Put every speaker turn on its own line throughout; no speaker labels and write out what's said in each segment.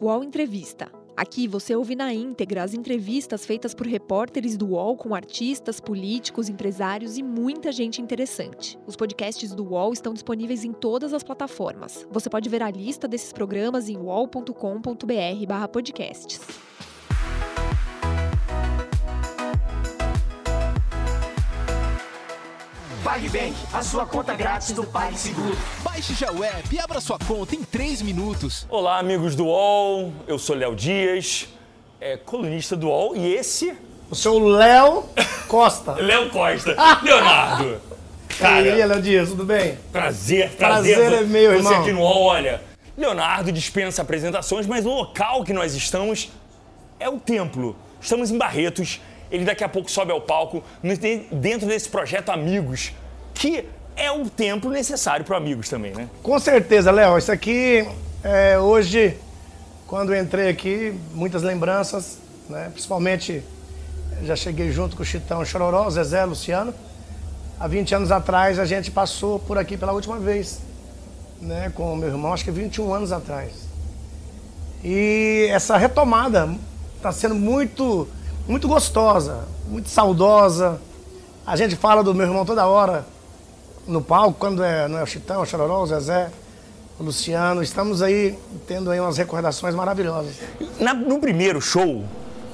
UOL Entrevista. Aqui você ouve na íntegra as entrevistas feitas por repórteres do UOL com artistas, políticos, empresários e muita gente interessante. Os podcasts do UOL estão disponíveis em todas as plataformas. Você pode ver a lista desses programas em uol.com.br/podcasts.
PagBank, a sua conta grátis do PagSeguro.
Baixe já o app e abra sua conta em 3 minutos.
Olá, amigos do UOL. Eu sou Léo Dias, é, colunista do UOL, e esse. é
O seu Léo Costa.
Léo Costa.
Ah!
Leonardo! Cara,
E aí, Léo Dias, tudo bem?
prazer, prazer.
é Prazer é meu,
Você
irmão.
aqui no UOL, olha. Leonardo dispensa apresentações, mas o local que nós estamos é o templo. Estamos em Barretos. Ele daqui a pouco sobe ao palco no- de- dentro desse projeto Amigos, que é o templo necessário para Amigos também, né?
Com certeza, Léo. Isso aqui, é, hoje, quando eu entrei aqui, muitas lembranças, né? Principalmente, eh, já cheguei junto com o Chitão Chororó, Zezé, Luciano. Há 20 anos atrás, a gente passou por aqui pela última vez, né? Com o meu irmão, acho que 21 anos atrás. E essa retomada está sendo muito, muito gostosa, muito saudosa. A gente fala do meu irmão toda hora, no palco, quando é, não é o Chitão, o Chororó, o Zezé, o Luciano, estamos aí tendo aí umas recordações maravilhosas.
Na- no primeiro show,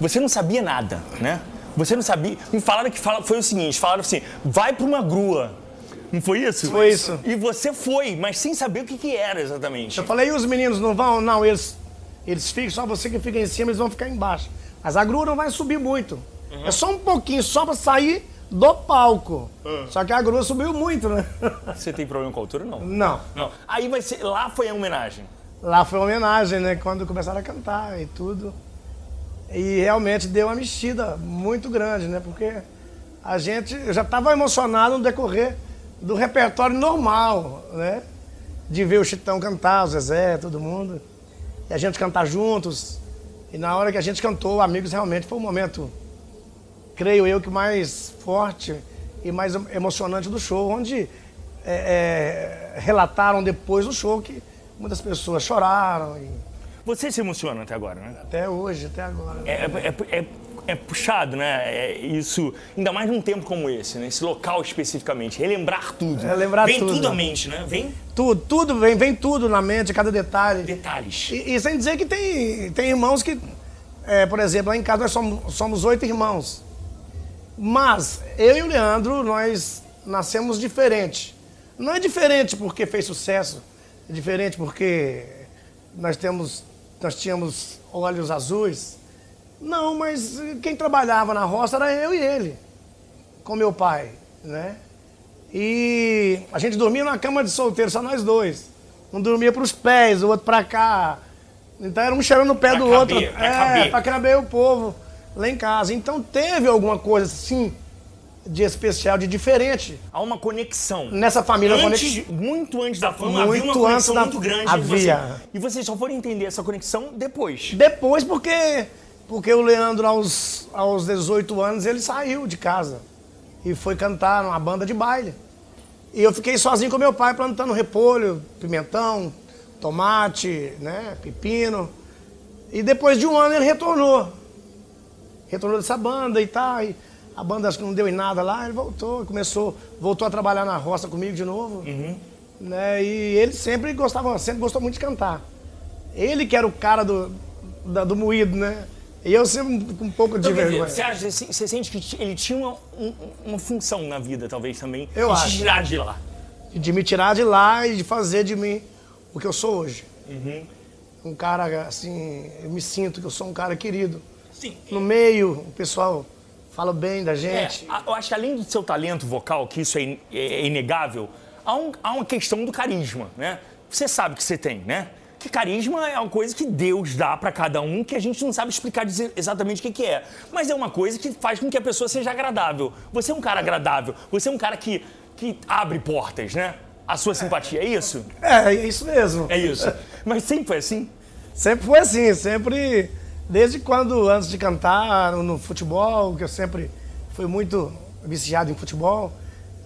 você não sabia nada, né? Você não sabia. Me falaram que fala, foi o seguinte: falaram assim, vai pra uma grua. Não foi isso?
Foi isso.
E você foi, mas sem saber o que, que era exatamente.
Eu falei, e os meninos não vão? Não, eles, eles ficam, só você que fica em cima, eles vão ficar embaixo. Mas a grua não vai subir muito. É só um pouquinho, só pra sair do palco. Só que a grua subiu muito, né?
Você tem problema com a altura? Não.
não.
Não. Aí vai ser. Lá foi a homenagem.
Lá foi uma homenagem, né? Quando começaram a cantar e tudo. E realmente deu uma mexida muito grande, né? Porque a gente eu já estava emocionado no decorrer do repertório normal, né? De ver o Chitão cantar, o Zezé, todo mundo. E a gente cantar juntos. E na hora que a gente cantou, amigos, realmente foi um momento, creio eu, que mais forte e mais emocionante do show, onde é, é, relataram depois do show que muitas pessoas choraram e
Você se emociona até agora, né?
até hoje, até agora.
É, é- é- é puxado, né? É isso, ainda mais num tempo como esse, nesse local especificamente. Relembrar tudo.
É, lembrar
Vem
tudo.
tudo à mente, né? Vem
Tudo, tudo vem, vem tudo na mente, cada detalhe.
detalhes.
E, e sem dizer que tem, tem irmãos que, é, por exemplo, lá em casa nós somos, somos oito irmãos. Mas eu e o Leandro, nós nascemos diferente. Não é diferente porque fez sucesso, é diferente porque nós temos, nós tínhamos olhos azuis. Não, mas eh, quem trabalhava na roça era eu e ele, com meu pai, né? E a gente dormia na cama de solteiro, só nós dois. Um dormia para os pés, o outro para cá. Então era um cheirando o pé
Pra
do
caber,
outro.
pra
é,
caber.
para caber o povo lá em casa. Então teve alguma coisa assim de especial, de diferente
Há uma conexão.
nessa família.
Antes,
Quando-
muito antes da fama,
Muito
havia uma conexão
antes da-
muito grande.
havia.
E, você, e vocês só foram entender essa conexão depois.
Depois, porque, porque o Leandro, aos, aos 18 anos, ele saiu de casa e foi cantar numa banda de baile. E eu fiquei sozinho com meu pai plantando repolho, pimentão, tomate, né, pepino. E depois de um ano ele retornou. Retornou dessa banda e tal. e a banda acho que não deu em nada lá, ele voltou, começou, voltou a trabalhar na roça comigo de novo. Né, e ele sempre gostava, sempre gostou muito de cantar. Ele que era o cara do, da- do moído, né? E eu sempre com um pouco de
Então, quer dizer,
vergonha.
você, acha, você, você sente que ti- ele tinha uma, um- uma função na vida, talvez, também?
Eu
e
acho.
te tirar de lá.
de me tirar de lá e de fazer de mim o que eu sou hoje. Um cara, assim, eu me sinto que eu sou um cara querido.
Sim.
No meio, o pessoal fala bem da
É,
gente.
a- eu acho que além do seu talento vocal, que isso é, in- é- é inegável, há, um- há uma questão do carisma, né? Você sabe que você tem, né? Que carisma é uma coisa que Deus dá pra cada um que a gente não sabe explicar dizer exatamente o que, que é. Mas é uma coisa que faz com que a pessoa seja agradável. Você é um cara agradável, você é um cara que, que abre portas, né? A sua simpatia, é isso?
É, é isso mesmo.
É isso. Mas sempre foi assim?
Sempre foi assim, sempre. Desde quando, antes de cantar, no, no futebol, que eu sempre fui muito viciado em futebol,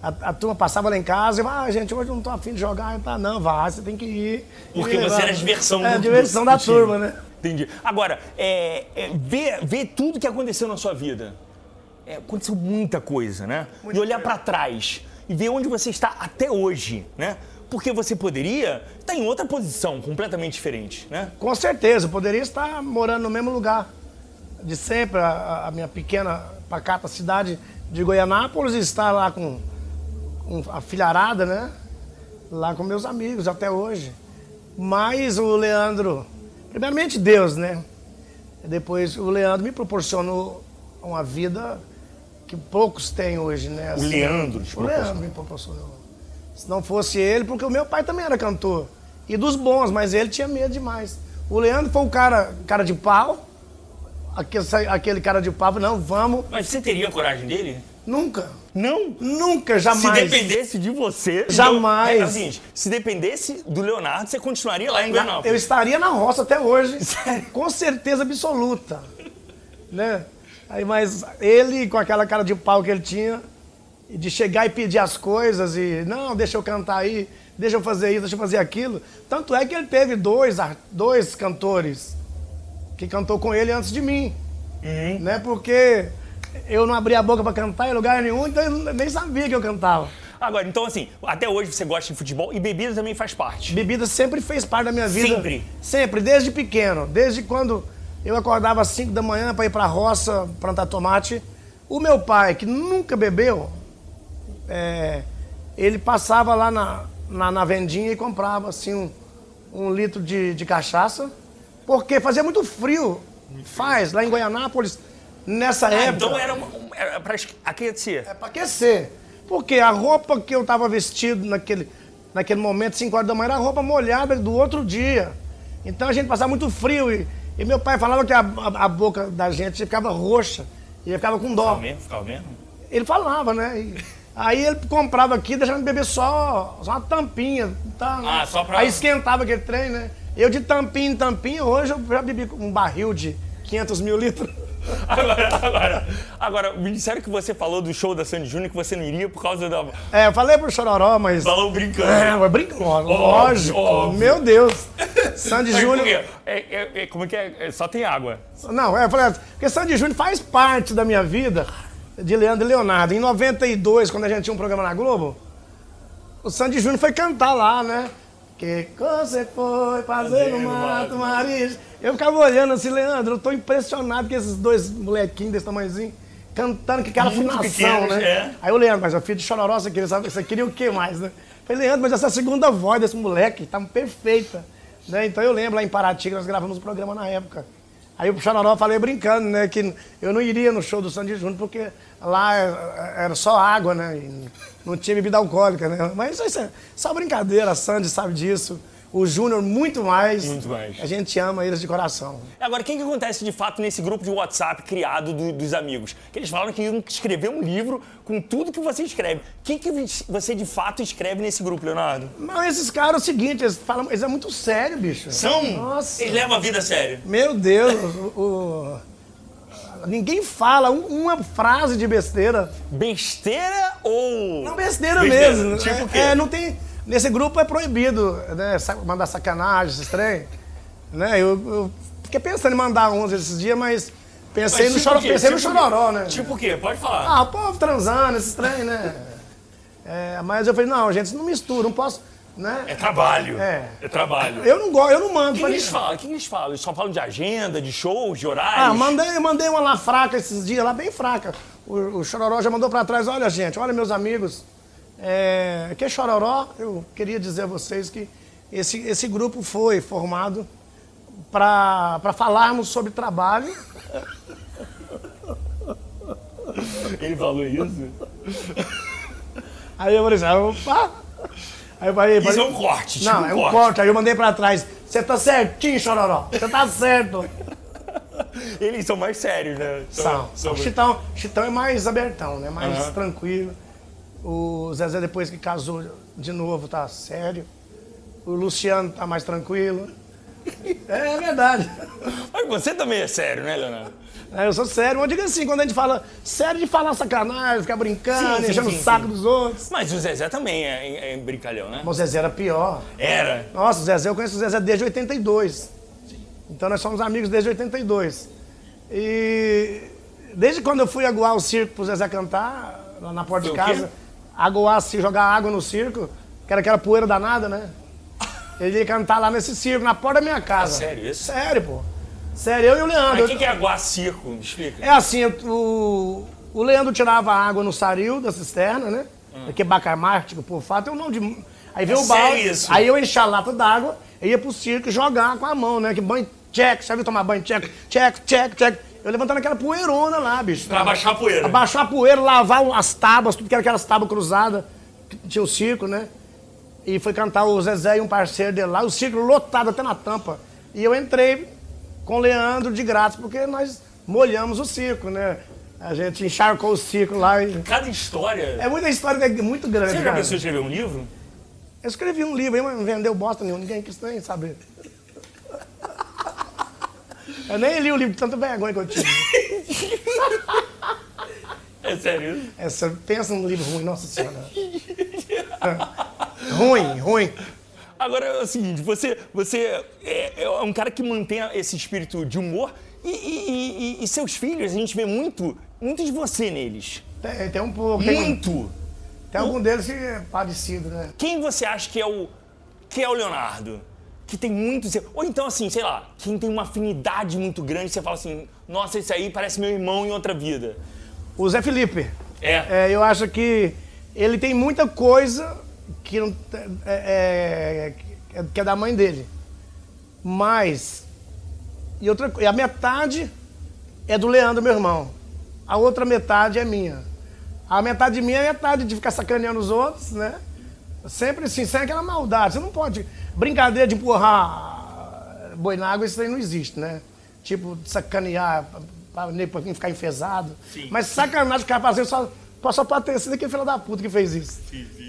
a, a turma passava lá em casa e falava, ah, gente, hoje eu não tô afim de jogar, tá, não, vai, você tem que ir.
Porque
E,
você era
né,
a diversão
É, a
do-
diversão
do-
da
do time.
turma, né?
Entendi. Agora, é, é, ver, ver tudo que aconteceu na sua vida. É, aconteceu muita coisa, né? e olhar pra trás e ver onde você está até hoje, né? Porque você poderia estar em outra posição, completamente diferente, né?
Com certeza, eu poderia estar morando no mesmo lugar de sempre, a, a minha pequena pacata cidade de Goianápolis, e estar lá com, com a filharada, um né? Lá com meus amigos até hoje. Mas o Leandro, primeiramente Deus, né? Depois o Leandro me proporcionou uma vida que poucos têm hoje, né?
O Leandro te
o Leandro me proporcionou. Se não fosse ele, porque o meu pai também era cantor. E dos bons, mas ele tinha medo demais. O Leandro foi o cara, cara de pau. Aquele, aquele cara de pau, não, vamos.
Mas você teria coragem dele?
Nunca.
Não.
Nunca, jamais.
Se dependesse de você.
Jamais.
É, assim, se dependesse do Leonardo, você continuaria lá em
Eu
Goianápolis.
estaria na roça até hoje. Com certeza absoluta. Né? Aí, mas ele, com aquela cara de pau que ele tinha, e de chegar e pedir as coisas e, não, deixa eu cantar aí, deixa eu fazer isso, deixa eu fazer aquilo. Tanto é que ele teve dois, ar- dois cantores que cantou com ele antes de mim. Né? Porque eu não abria a boca pra cantar em lugar nenhum, então ele nem sabia que eu cantava.
Agora, então assim, até hoje você gosta de futebol e bebida também faz parte.
Bebida sempre fez parte da minha vida.
Sempre?
Sempre, desde pequeno. Desde quando eu acordava às 5 da manhã para ir para a roça plantar tomate. O meu pai, que nunca bebeu, é, ele passava lá na, na, na vendinha e comprava assim um, um litro de, de cachaça. Porque fazia muito frio. Faz, lá em Goianápolis, nessa
Ah,
época.
então era, uma- era pra es- aquecer.
É pra aquecer. Porque a roupa que eu tava vestido naquele, naquele momento, 5 horas da manhã, era a roupa molhada do outro dia. Então a gente passava muito frio e, e meu pai falava que a, a- a boca da gente ficava roxa e eu ficava com dó.
Ficava mesmo, ficava mesmo.
Ele falava, né? E aí ele comprava aqui, deixava de beber só, só uma tampinha. Tá, né?
Ah, só pra-
Aí esquentava aquele trem, né? Eu de tampinha em tampinha, hoje eu já bebi um barril de 500 mil litros.
Agora, agora, agora, me disseram que você falou do show da Sandy Júnior que você não iria por causa da.
É, eu falei pro Chororó, mas...
Falou brincando.
É, mas brinca, ó, lógico.
óbvio.
Meu Deus. Sandy
Mas por
Júnior.
quê? É- é- é- como é que é? É, Só tem água.
Não, é, eu falei, assim, porque Sandy Júnior faz parte da minha vida de Leandro e Leonardo. Em 92, quando a gente tinha um programa na Globo, o Sandy Júnior foi cantar lá, né? Que você foi fazer no
Fazendo mato.
mato, Maris. Eu ficava olhando assim, Leandro, eu tô impressionado com esses dois molequinhos desse tamanhozinho cantando, que cara
Muito
afinação,
pequenos,
né?
é.
Aí eu Leandro, mas a filha de chororó, você queria, sabe, você queria o que mais, né? Falei, Leandro, mas essa segunda voz desse moleque tá perfeita. Né? Então eu lembro lá em Paraty, que nós gravamos um programa na época. Aí o Chororó falei brincando, né? Que eu não iria no show do Sandy Júnior, porque lá eh, era só água, né? E não tinha bebida alcoólica, né? Mas isso é só brincadeira, a Sandy sabe disso. O Júnior muito mais.
Muito mais.
A gente ama eles de coração.
Agora, o que, que acontece de fato nesse grupo de WhatsApp criado do- dos amigos? Que eles falaram que iam escrever um livro com tudo que você escreve. O que, que você de fato escreve nesse grupo, Leonardo?
Mas esses caras é o seguinte, eles falam, eles é muito sério, bicho.
São.
Nossa.
Eles levam a vida a sério.
Meu Deus, o- o- ninguém fala um- uma frase de besteira.
Besteira ou.
Não besteira, mesmo.
Tipo o quê?
É, não tem. Nesse grupo é proibido, né? sa- Mandar sacanagem, esses trem. Né? Eu, eu fiquei pensando em mandar uns esses dias, mas
Mas
pensei, no,
tipo
choro,
o quê?
pensei no
Tipo-
chororó, né?
Tipo o quê? Pode falar.
Ah, o povo transando, esses trem, né? É, mas eu falei, não, gente, isso não mistura, não posso.
É
Né?
trabalho.
É.
trabalho.
Eu não gosto, eu não mando.
O que,
pra
que eles
ninguém.
falam? O que, que eles falam? Eles só falam de agenda, de shows, de horários?
Ah, mandei, eu mandei uma lá fraca esses dias, lá bem fraca. O, o Chororó já mandou pra trás, olha gente, olha meus amigos. É, que é Chororó, eu queria dizer a vocês que esse, esse grupo foi formado para falarmos sobre trabalho.
Ele falou isso?
Aí eu falei assim, opa! Aí eu falei,
Isso
falei-
é um corte. tipo
Não, é um corte. Aí eu mandei pra trás. Você tá certinho, Chororó. Você tá certo.
Eles são mais sérios, né?
São. O Chitão, Chitão é mais abertão, né? Mais
Aham.
tranquilo. O Zezé, depois que casou de novo, tá sério. O Luciano tá mais tranquilo. É verdade.
Mas você também é sério, né, Leonardo?
É, Eu sou sério, mas eu digo assim, quando a gente fala sério de falar sacanagem, ficar
Sim,
brincando,
sim,
enchendo
sim,
o saco
sim.
dos outros.
Mas o Zezé também é, é brincalhão, né?
Mas o Zezé era pior.
Era.
Nossa, o Zezé, eu conheço o Zezé desde 82. Então nós somos amigos desde 82. E desde quando eu fui aguar o circo pro Zezé cantar, lá na porta de
Foi o quê?
casa, aguar, assim, jogar água no circo, que era aquela poeira danada, né? Ele ia cantar lá nesse circo, na porta da minha casa.
É sério isso?
Sério, pô. Sério, eu e o Leandro.
Tá Mas o que, que é aguacirco? Me explica.
É assim, o, o Leandro tirava água no saril da cisterna, né? Aqui é bacamártico, por fato, é o nome de. Aí veio
Ah. É
o balde,
sério isso?
aí eu enchia a lata d'água, eu ia pro circo jogar com a mão, né? Que banho check, sabe tomar banho check, check, check, check. Eu levantando aquela poeirona lá, bicho.
Pra baixar a poeira.
Abaixar a poeira, lavar o- as tábuas, tudo que era aquelas tábuas cruzadas, que tinha o circo, né? E foi cantar o Zezé e um parceiro dele lá, o circo lotado até na tampa. E eu entrei com o Leandro de grátis, porque nós molhamos o circo, né? A gente encharcou o circo lá. E...
Cada história.
É muita história que é muito grande.
Você já
cara.
pensou em escrever um livro?
Eu escrevi um livro aí, mas não vendeu bosta nenhuma, ninguém quis nem saber. Eu nem li o livro de tanta vergonha que eu tive.
É sério isso?
Essa, pensa num livro ruim, nossa senhora. É. ruim, ruim.
Agora é o seguinte, você, você é, é um cara que mantém esse espírito de humor e, e- e- e seus filhos, a gente vê muito, muito de você neles.
Tem, tem um pouco. Tem,
Muito!
tem algum deles que é parecido, né?
Quem você acha que é o. que é o Leonardo? Que tem muito. Ou então, assim, sei lá, quem tem uma afinidade muito grande, você fala assim, nossa, esse aí parece meu irmão em outra vida.
O Zé Felipe.
É.
É, eu acho que ele tem muita coisa que, não, te- é, é, que é da mãe dele. Mas. E outra co- e a metade é do Leandro, meu irmão. A outra metade é minha. A metade minha é a metade de ficar sacaneando os outros, né? Sempre assim, sem aquela maldade. Você não pode. Brincadeira de empurrar boi na água, isso aí não existe, né? Tipo, sacanear para ficar enfesado. Mas sacanagem que o cara fazer só, só pra ter sido aquele filho da puta que fez isso.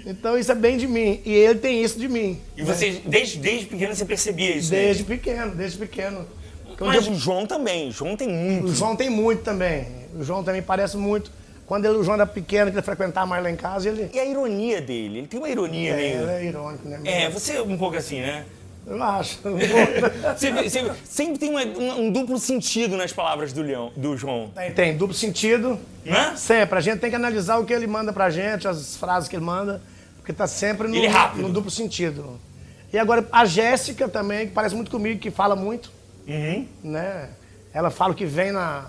Então isso é bem de mim. E ele tem isso de mim.
E você, desde, desde pequeno, você percebia isso. nele.
Desde pequeno, desde pequeno. Porque um dia
Mas o João também, o João tem
O
muito.
João tem muito também. O João também parece muito. Quando ele, o João era pequeno, que ele frequentava mais lá em casa, ele.
E a ironia dele, ele tem uma ironia
É,
meio.
ele é irônico, né?
É, você é um pouco assim, né?
Eu acho.
Você, você- sempre tem uma- uma- um duplo sentido nas palavras do Leão, do João,
Tem, tem duplo sentido.
né?
Sempre. A gente tem que analisar o que ele manda pra gente, as frases que ele manda, porque tá sempre no,
Ele é rápido.
no duplo sentido. E agora, a Jéssica também, que parece muito comigo, que fala muito. né? Ela fala o que vem na,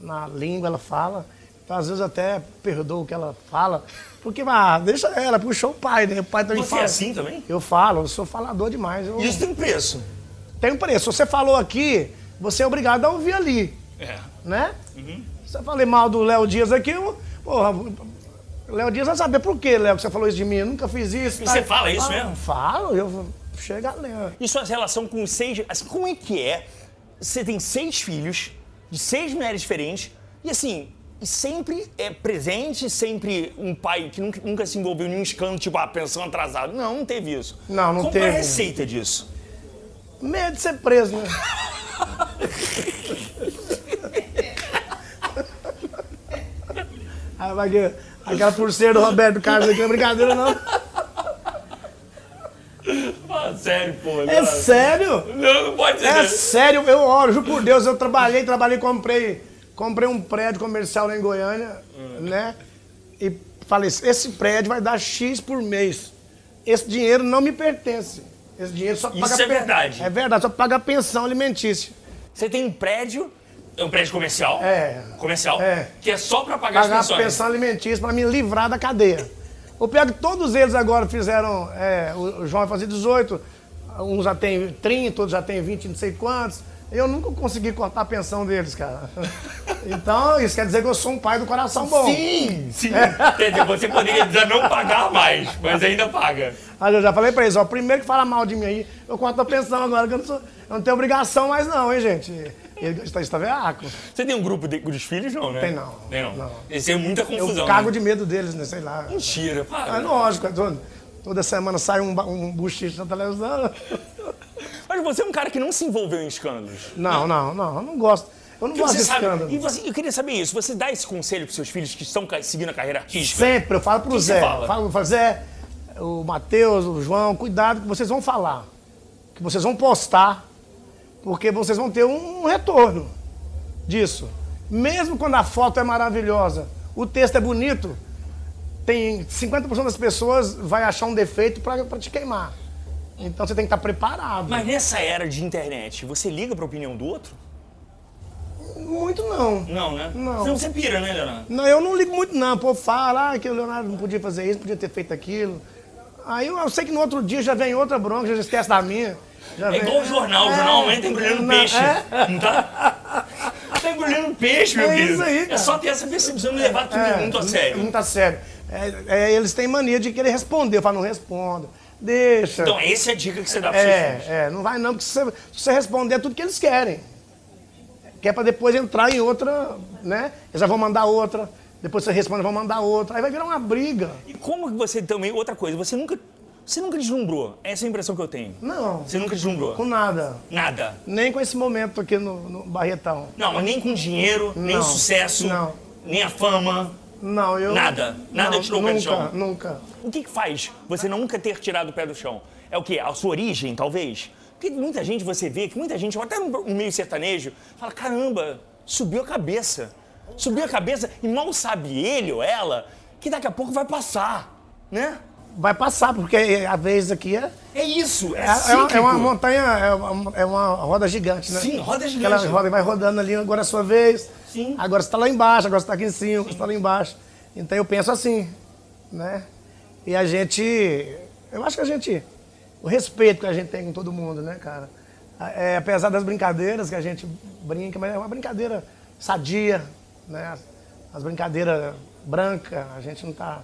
na língua, ela fala. Então, às vezes, eu até perdoo o que ela fala. Porque, ah, deixa ela, puxou o pai, né? O pai também
Você
fala.
é assim também?
Eu falo, eu sou falador demais. Eu
Isso tem um preço.
Tem um preço. Se você falou aqui, você é obrigado a ouvir ali,
É.
né? Se eu falei mal do Léo Dias aqui, eu, porra, o Léo Dias vai saber por quê, Léo, que você falou isso de mim. Eu nunca fiz isso.
E você fala isso
Ah,
mesmo?
Falo, eu chega lendo.
E sua relação com os seis. Assim, como é que é? Você tem seis filhos, de seis mulheres diferentes, e assim, e sempre é presente, sempre um pai que nunca, nunca se envolveu em nenhum escândalo, tipo, ah, pensão atrasada. Não, não teve isso.
Não, não
Qual é a
teve.
receita disso?
Medo de ser preso, né? Aí vai que- Ah, aquela pulseira do Roberto Carlos aqui não é brincadeira, não.
Ah, sério, pô.
É sério?
Não, não pode ser.
É sério, eu oro, juro por Deus, eu trabalhei, trabalhei, comprei, comprei um prédio comercial lá em Goiânia, né? E falei, esse prédio vai dar X por mês. Esse dinheiro não me pertence. Esse dinheiro só paga
é
pen-
verdade.
É verdade, só paga a pensão alimentícia.
Você tem um prédio, é um prédio comercial.
É.
Comercial.
É.
Que é só pra pagar,
pagar
as
a
pensões.
pensão alimentícia para me livrar da cadeia. O pior é que todos eles agora fizeram. é, o o João vai fazer 18, uns já tem 30, outros já tem 20, não sei quantos. Eu nunca consegui cortar a pensão deles, cara. Então, isso quer dizer que eu sou um pai do coração bom.
Sim, sim. Quer dizer, você poderia já não pagar mais, mas ainda paga.
Mas eu já falei pra eles, ó, primeiro que fala mal de mim aí, eu corto a pensão agora, que eu não, sou- eu não tenho obrigação mais não, hein, gente. Ele está, está veaco.
Você tem um grupo de, dos filhos, não, né?
Tem não.
Tem não.
Não.
Esse é muita
Eu
confusão.
cago
né?
de medo deles, né, sei lá.
Mentira, para.
É lógico, é todo- toda semana sai um, ba- um buchicho na televisão.
Mas você é um cara que não se envolveu em escândalos.
Não, não, não, eu não gosto. Eu não
E
gosto
você
de
sabe-
escândalo.
E você, eu queria saber isso. Você dá esse conselho pros seus filhos que estão ca- seguindo a carreira artística?
Sempre, eu falo pro
que
Zé.
você fala?
Falo pro Zé, o Matheus, o João, cuidado que vocês vão falar. Que vocês vão postar. Porque vocês vão ter um retorno disso. Mesmo quando a foto é maravilhosa, o texto é bonito, tem 50% das pessoas vai achar um defeito pra pra te queimar. Então você tem que estar preparado.
Mas nessa era de internet, você liga pra opinião do outro?
Muito não.
Não, né?
Não.
Senão você pira, né, Leonardo?
Não, eu não ligo muito não. O povo fala ah, que o Leonardo não podia fazer isso, não podia ter feito aquilo. Aí eu, eu sei que no outro dia já vem outra bronca, já esquece da minha. Já
É
vem-
igual o jornal, o jornal aumenta tá embrulhando
não,
peixe.
é.
Não tá? Tá embrulhando peixe, meu
É
querido.
isso aí,
É
cara.
só ter essa percepção de levar tudo né? muito a sério.
É, Muito a sério. É, é, eles têm mania de querer responder. Eu falo, não respondo. Deixa.
Então, essa é a dica que você dá pra vocês.
é, é, não vai não, porque se você, se você responder é tudo que eles querem. Que é pra depois entrar em outra, né? Eles já vão mandar outra. Depois você responde, vão mandar outra. Aí vai virar uma briga.
E como que você também. Outra coisa, você nunca. Você nunca deslumbrou. Essa é a impressão que eu tenho.
Não,
Você nunca
com
deslumbrou.
nada.
Nada.
Nem com esse momento aqui no, no Barretão.
Não, mas nem com dinheiro, nem o
Não,
sucesso,
não.
nem a fama.
Não, eu.
Nada? Nada
não,
te tirou o pé do chão?
Nunca, nunca.
O que, que faz você nunca ter tirado o pé do chão? É o quê? A sua origem, talvez? Porque muita gente, você vê que muita gente, até no meio sertanejo, fala: caramba, subiu a cabeça. Subiu a cabeça e mal sabe ele ou ela que daqui a pouco vai passar, né?
Vai passar, porque a vez aqui é.
É isso, é,
É, é uma,
cíclico.
é uma montanha, é uma, é uma roda gigante, né?
Sim, roda gigante.
Aquela roda vai rodando ali, agora é a sua vez.
Sim.
Agora você tá lá embaixo, agora você tá aqui em cima, você tá lá embaixo. Então eu penso assim, né? E a gente. Eu acho que a gente. O respeito que a gente tem com todo mundo, né, cara? A- é, apesar das brincadeiras que a gente brinca, mas é uma brincadeira sadia, né? As brincadeiras brancas, a gente não tá,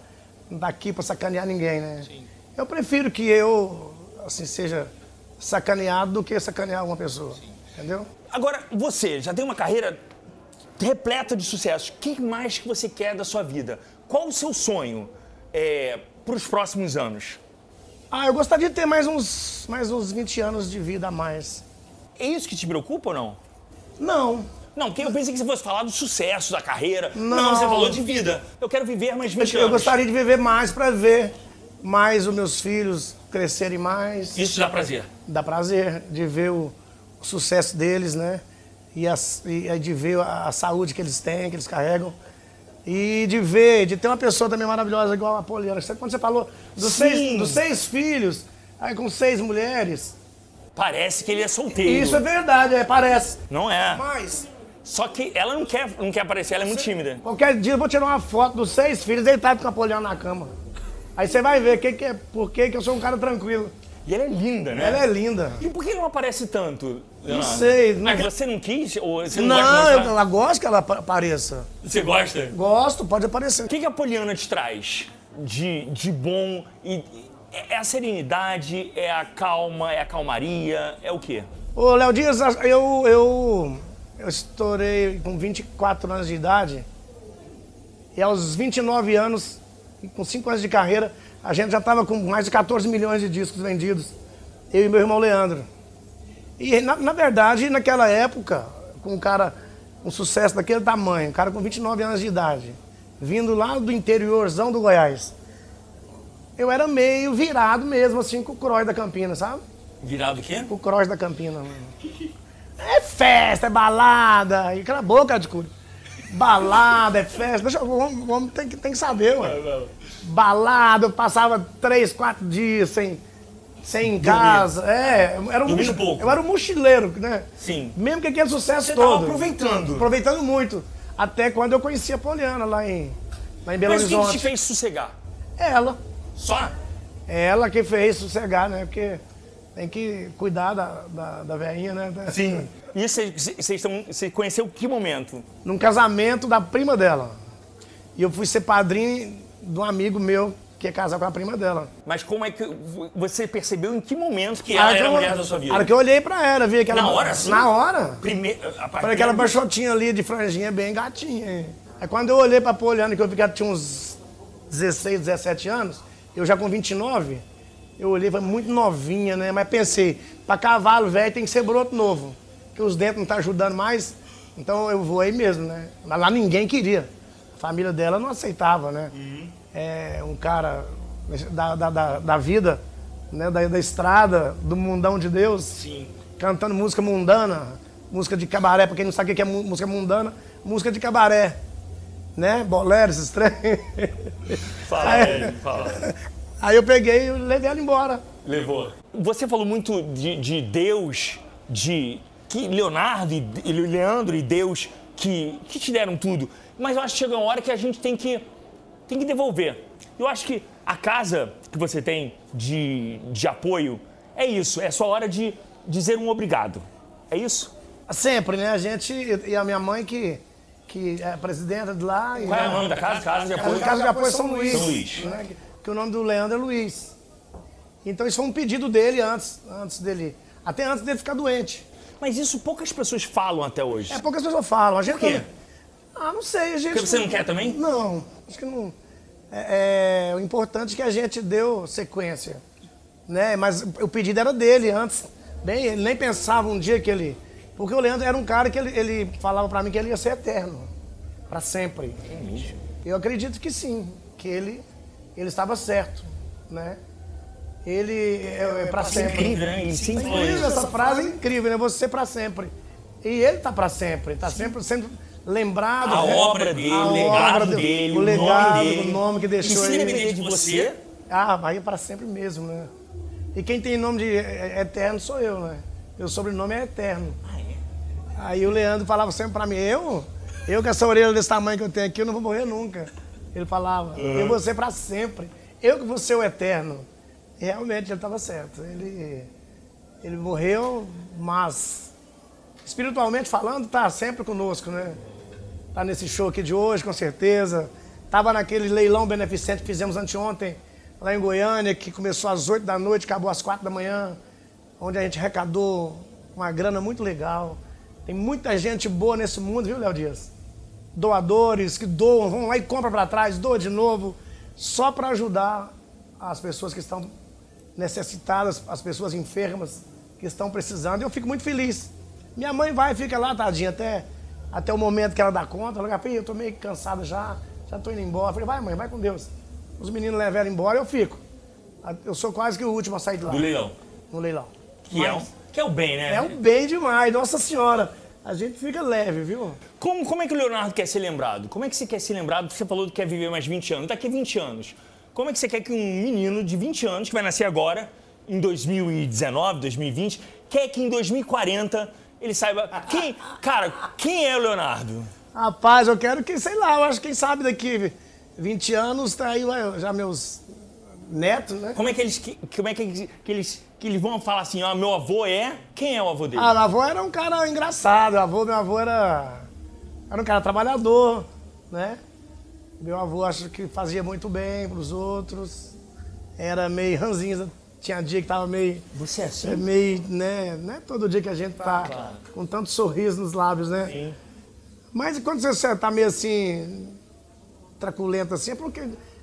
não tá aqui pra sacanear ninguém, né? Sim. Eu prefiro que eu, assim, seja sacaneado do que sacanear uma pessoa, entendeu?
Agora, você já tem uma carreira repleta de sucesso. O que mais que você quer da sua vida? Qual o seu sonho para os próximos anos?
Ah, eu gostaria de ter mais uns, mais uns 20 anos de vida a mais.
É isso que te preocupa ou não?
Não,
Não, porque eu pensei que você fosse falar do sucesso, da carreira. Não,
Não.
você falou de vida. Eu quero viver mais 20
eu,
anos.
eu gostaria de viver mais pra ver mais os meus filhos crescerem mais.
Isso dá prazer.
Dá prazer de ver o, o sucesso deles, né? E, as- e- e de ver a, a saúde que eles têm, que eles carregam. E de ver, de ter uma pessoa também maravilhosa igual a Poliana. Você- Quando você falou dos
Sim.
seis, dos seis filhos, aí com seis mulheres.
Parece que ele é
E
solteiro.
isso é verdade, é, parece.
Não é.
Mas
Só que ela não quer, não quer aparecer, ela é muito tímida.
Qualquer dia eu vou tirar uma foto dos seis filhos deitado com a Poliana na cama. Aí você vai ver que que é, por que que eu sou um cara tranquilo.
E ela é linda, né?
Ela é linda.
E por que não aparece tanto? Não
sei, não-
Mas você não quis? Ou você não,
Não,
gosta de
eu,
mostrar?
ela gosta que ela apa- apareça.
Você gosta?
Gosto, pode aparecer.
O que, que a Poliana te traz de, de bom? E, e- é a serenidade? É a calma? É a calmaria? É o quê?
Ô, Léo Dias, eu, eu, eu estourei com 24 anos de idade. E aos 29 anos, e com 5 anos de carreira, a gente já estava com mais de 14 milhões de discos vendidos. Eu e meu irmão Leandro. E, na, na verdade, naquela época, com um cara, um sucesso daquele tamanho, um cara com 29 anos de idade, vindo lá do interiorzão do Goiás, eu era meio virado mesmo, assim, com o Croy da Campina, sabe?
Virado o quê?
pro cross da Campina, mano. É festa, é balada. E cala a boca, de cura. Balada, é festa. Deixa, eu- o homem, o homem tem, que, tem que saber, ué. Balada, eu passava três, quatro dias sem, sem ir em casa. É, eu era um,
Dormindo
mochi-
pouco.
eu era um mochileiro, né?
Sim.
Mesmo que aquele sucesso
Você tava
todo.
aproveitando.
Aproveitando muito. Até quando eu conheci a Poliana lá em, lá em Belo
Mas o que que
Horizonte.
te fez sossegar?
Ela.
Só?
É ela que fez sossegar, né? Porque tem que cuidar da, da, da veinha, né?
Sim. E você conheceu que momento?
Num casamento da prima dela. E eu fui ser padrinho de um amigo meu que ia casar com a prima dela.
Mas como é que vo- você percebeu em que momento que
A
ela
hora
Ah, era
que
a
eu-
mulher da sua vida?
a hora que eu olhei pra ela, vi aquela.
Na hora, sim?
Na hora.
Primeiro, a partir...
Pra aquela baixotinha ali de franjinha bem gatinha. hein? Aí quando eu olhei pra Poliana, que eu vi que ela tinha uns 16, 17 anos, eu já com 29, eu olhei, foi muito novinha, né? Mas pensei, pra cavalo velho tem que ser broto novo, que os dentes não tá ajudando mais, então eu vou aí mesmo, né? Mas lá ninguém queria. A família dela não aceitava, né? É, um cara da, da, da, da vida, né? da, da estrada, do mundão de Deus
Sim.
cantando música mundana, música de cabaré, pra quem não sabe o que é mu- música mundana, música de cabaré, né? Bolero, esses trem.
Fala,
É.
velho, fala.
Aí eu peguei e levei ela embora.
Levou. Você falou muito de, de Deus, de que Leonardo e e Leandro e Deus que, que te deram tudo. Mas eu acho que chega uma hora que a gente tem que, tem que devolver. Eu acho que a casa que você tem de, de apoio é isso. É só hora de dizer um obrigado. É isso?
Sempre, né? A gente, e a minha mãe que, que é presidenta de lá. E,
Qual é
né?
o nome da casa? Casa de apoio.
Casa, casa de apoio é São Luís.
São Luís.
né? Que- Que o nome do Leandro é Luiz. Então isso foi um pedido dele antes, antes dele. Até antes dele ficar doente.
Mas isso poucas pessoas falam até hoje.
É poucas pessoas falam. A gente
quê?
Ah, não sei, a gente.
Porque você não quer também?
Não, acho que não. É, é, o importante é que a gente deu sequência. Né? Mas o pedido era dele antes. Bem, ele nem pensava um dia que ele. Porque o Leandro era um cara que ele, ele falava pra mim que ele ia ser eterno. Pra sempre. Eu acredito que sim, que ele, ele estava certo, né? Ele é, é pra sempre.
Incrível, né? E sim,
Incrível, essa frase é incrível, né? Você pra sempre. E ele tá pra sempre, tá sempre sendo lembrado.
A
né?
obra dele, o legado dele,
o
o
legado,
nome dele.
o nome que deixou ele.
Independente de você,
Ah, vai pra sempre mesmo, né? E quem tem nome de é- é eterno sou eu, né? Meu sobrenome é eterno. Aí o Leandro falava sempre pra mim, eu? Eu com essa orelha desse tamanho que eu tenho aqui, eu não vou morrer nunca. Ele falava, eu vou ser pra sempre. Eu que vou ser o eterno. E realmente ele estava certo. Ele, ele morreu, mas espiritualmente falando, tá sempre conosco, né? Tá nesse show aqui de hoje, com certeza. Tava naquele leilão beneficente que fizemos anteontem, lá em Goiânia, que começou às 8 da noite, acabou às 4 da manhã, onde a gente arrecadou uma grana muito legal. Tem muita gente boa nesse mundo, viu, Léo Dias? Doadores que doam, vão lá e compram para trás, doa de novo, só para ajudar as pessoas que estão necessitadas, as pessoas enfermas que estão precisando. Eu fico muito feliz. Minha mãe vai e fica lá, tadinha, até, até o momento que ela dá conta. Ela fala, eu tô meio cansada já, já tô indo embora. Eu falei, vai mãe, vai com Deus. Os meninos levam ela embora, eu fico. Eu sou quase que o último a sair de lá,
do leilão.
no leilão.
Que é,
Mas
o, que é o bem, né?
é um bem demais, nossa senhora. A gente fica leve, viu?
Como, como é que o Leonardo quer ser lembrado? Como é que você quer ser lembrado? Você falou que quer viver mais 20 anos. Daqui a 20 anos, como é que você quer que um menino de 20 anos, que vai nascer agora, em 2019, 2020, quer que em 2040 ele saiba... Quem, cara, quem é o Leonardo?
Rapaz, eu quero que, sei lá, eu acho que quem sabe daqui 20 anos tá aí ué, já meus netos, né?
Como é que eles, que- como é que, eles- que eles, que eles vão falar assim, ó, meu avô é... Quem é o avô dele?
Ah, meu avô era um cara engraçado. Meu avô, meu avô era. Era um cara trabalhador, né? Meu avô acho que fazia muito bem pros outros. Era meio ranzinza. Tinha dia que tava meio.
Você é assim?
É meio, né? Não é todo dia que a gente tá com tanto sorriso nos lábios, né?
Sim.
Mas quando você tá meio assim, traculento assim, é porque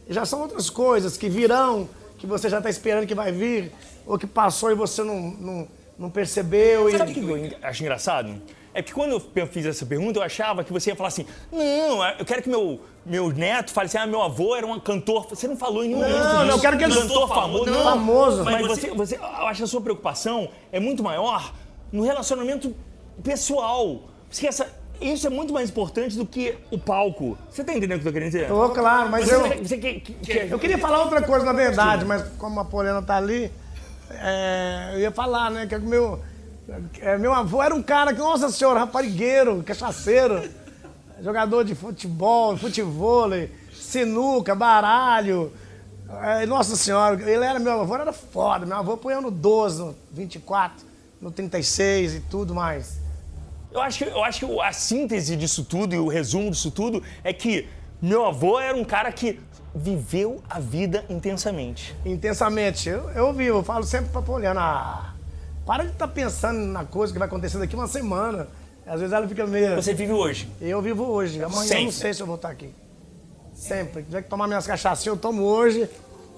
já são outras coisas que virão, que você já tá esperando que vai vir, ou que passou e você não, não, não percebeu. e-
Sabe o que eu en- acho engraçado? É que quando eu pe- fiz essa pergunta, eu achava que você ia falar assim: não, eu quero que meu, meu neto fale assim, ah, meu avô era um cantor. Você não falou em nenhum momento
não,
disso.
eu quero que ele-
Cantor famoso.
Não, famoso.
Mas você, você, eu acho que a sua preocupação é muito maior no relacionamento pessoal. Porque essa, isso é muito mais importante do que o palco. Você tá entendendo o que eu tô querendo dizer?
Tô, claro, mas
Você,
eu.
quer- você quer- que- que-
Eu queria falar outra coisa, na verdade, mas como a Poliana tá ali, é, eu ia falar, né? Que o meu, é, meu avô era um cara que, nossa senhora, raparigueiro, cachaceiro, jogador de futebol, futevôlei, sinuca, baralho. É, nossa senhora, ele era meu avô, era foda. Meu avô punha no 12, no 24, no 36 e tudo mais.
Eu acho, que- eu acho que a síntese disso tudo e o resumo disso tudo é que meu avô era um cara que viveu a vida intensamente.
intensamente. Eu, eu vivo, eu falo sempre pra Poliana, ah, para de estar pensando na coisa que vai acontecer daqui uma semana. Às vezes ela fica meio.
Você vive hoje.
Eu vivo hoje, amanhã eu
Sempre.
não sei se eu vou estar aqui. Sempre. Já que tomar minhas cachaças, eu tomo hoje,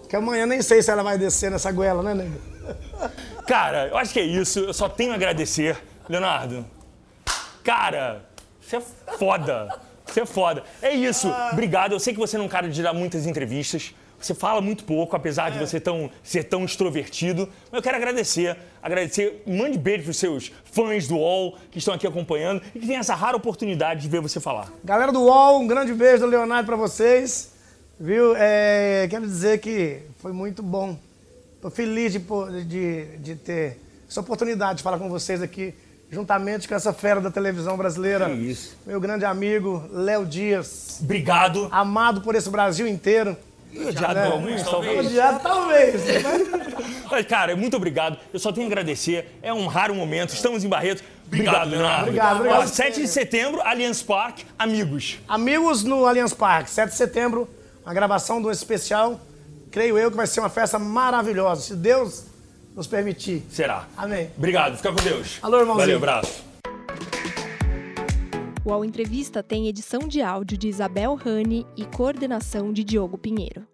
que amanhã nem sei se ela vai descer nessa goela, né, nego?
Cara, eu acho que é isso. Eu só tenho a agradecer. Leonardo, cara, você é foda. Você é foda. É isso. Obrigado. Eu sei que você não é um cara de dar muitas entrevistas. Você fala muito pouco, apesar de você tão, ser tão extrovertido. Mas eu quero agradecer. Agradecer. Mande beijo pros seus fãs do UOL que estão aqui acompanhando e que tem essa rara oportunidade de ver você falar.
Galera do UOL, um grande beijo do Leonardo pra vocês. Viu? É, quero dizer que foi muito bom. Tô feliz de, po- de, de ter essa oportunidade de falar com vocês aqui, juntamente com essa fera da televisão brasileira.
Que isso.
Meu grande amigo, Léo Dias.
Obrigado.
Amado por esse Brasil inteiro.
Odiado
né?
por alguns, talvez. né?
Odiado, talvez. mas-
Mas, cara, é muito obrigado. Eu só tenho a agradecer. É um raro momento. Estamos em Barreto. Obrigado, Leonardo.
Obrigado, obrigado.
Ó, 7 de setembro, Allianz Park, amigos.
Amigos no Allianz Parque, 7 de setembro, a gravação do especial. Creio eu que vai ser uma festa maravilhosa, se Deus nos permitir.
Será.
Amém.
Obrigado. Fica com Deus.
Alô,
Valeu,
irmãozinho.
abraço.
O UOL Entrevista tem edição de áudio de Isabel Rani e coordenação de Diogo Pinheiro.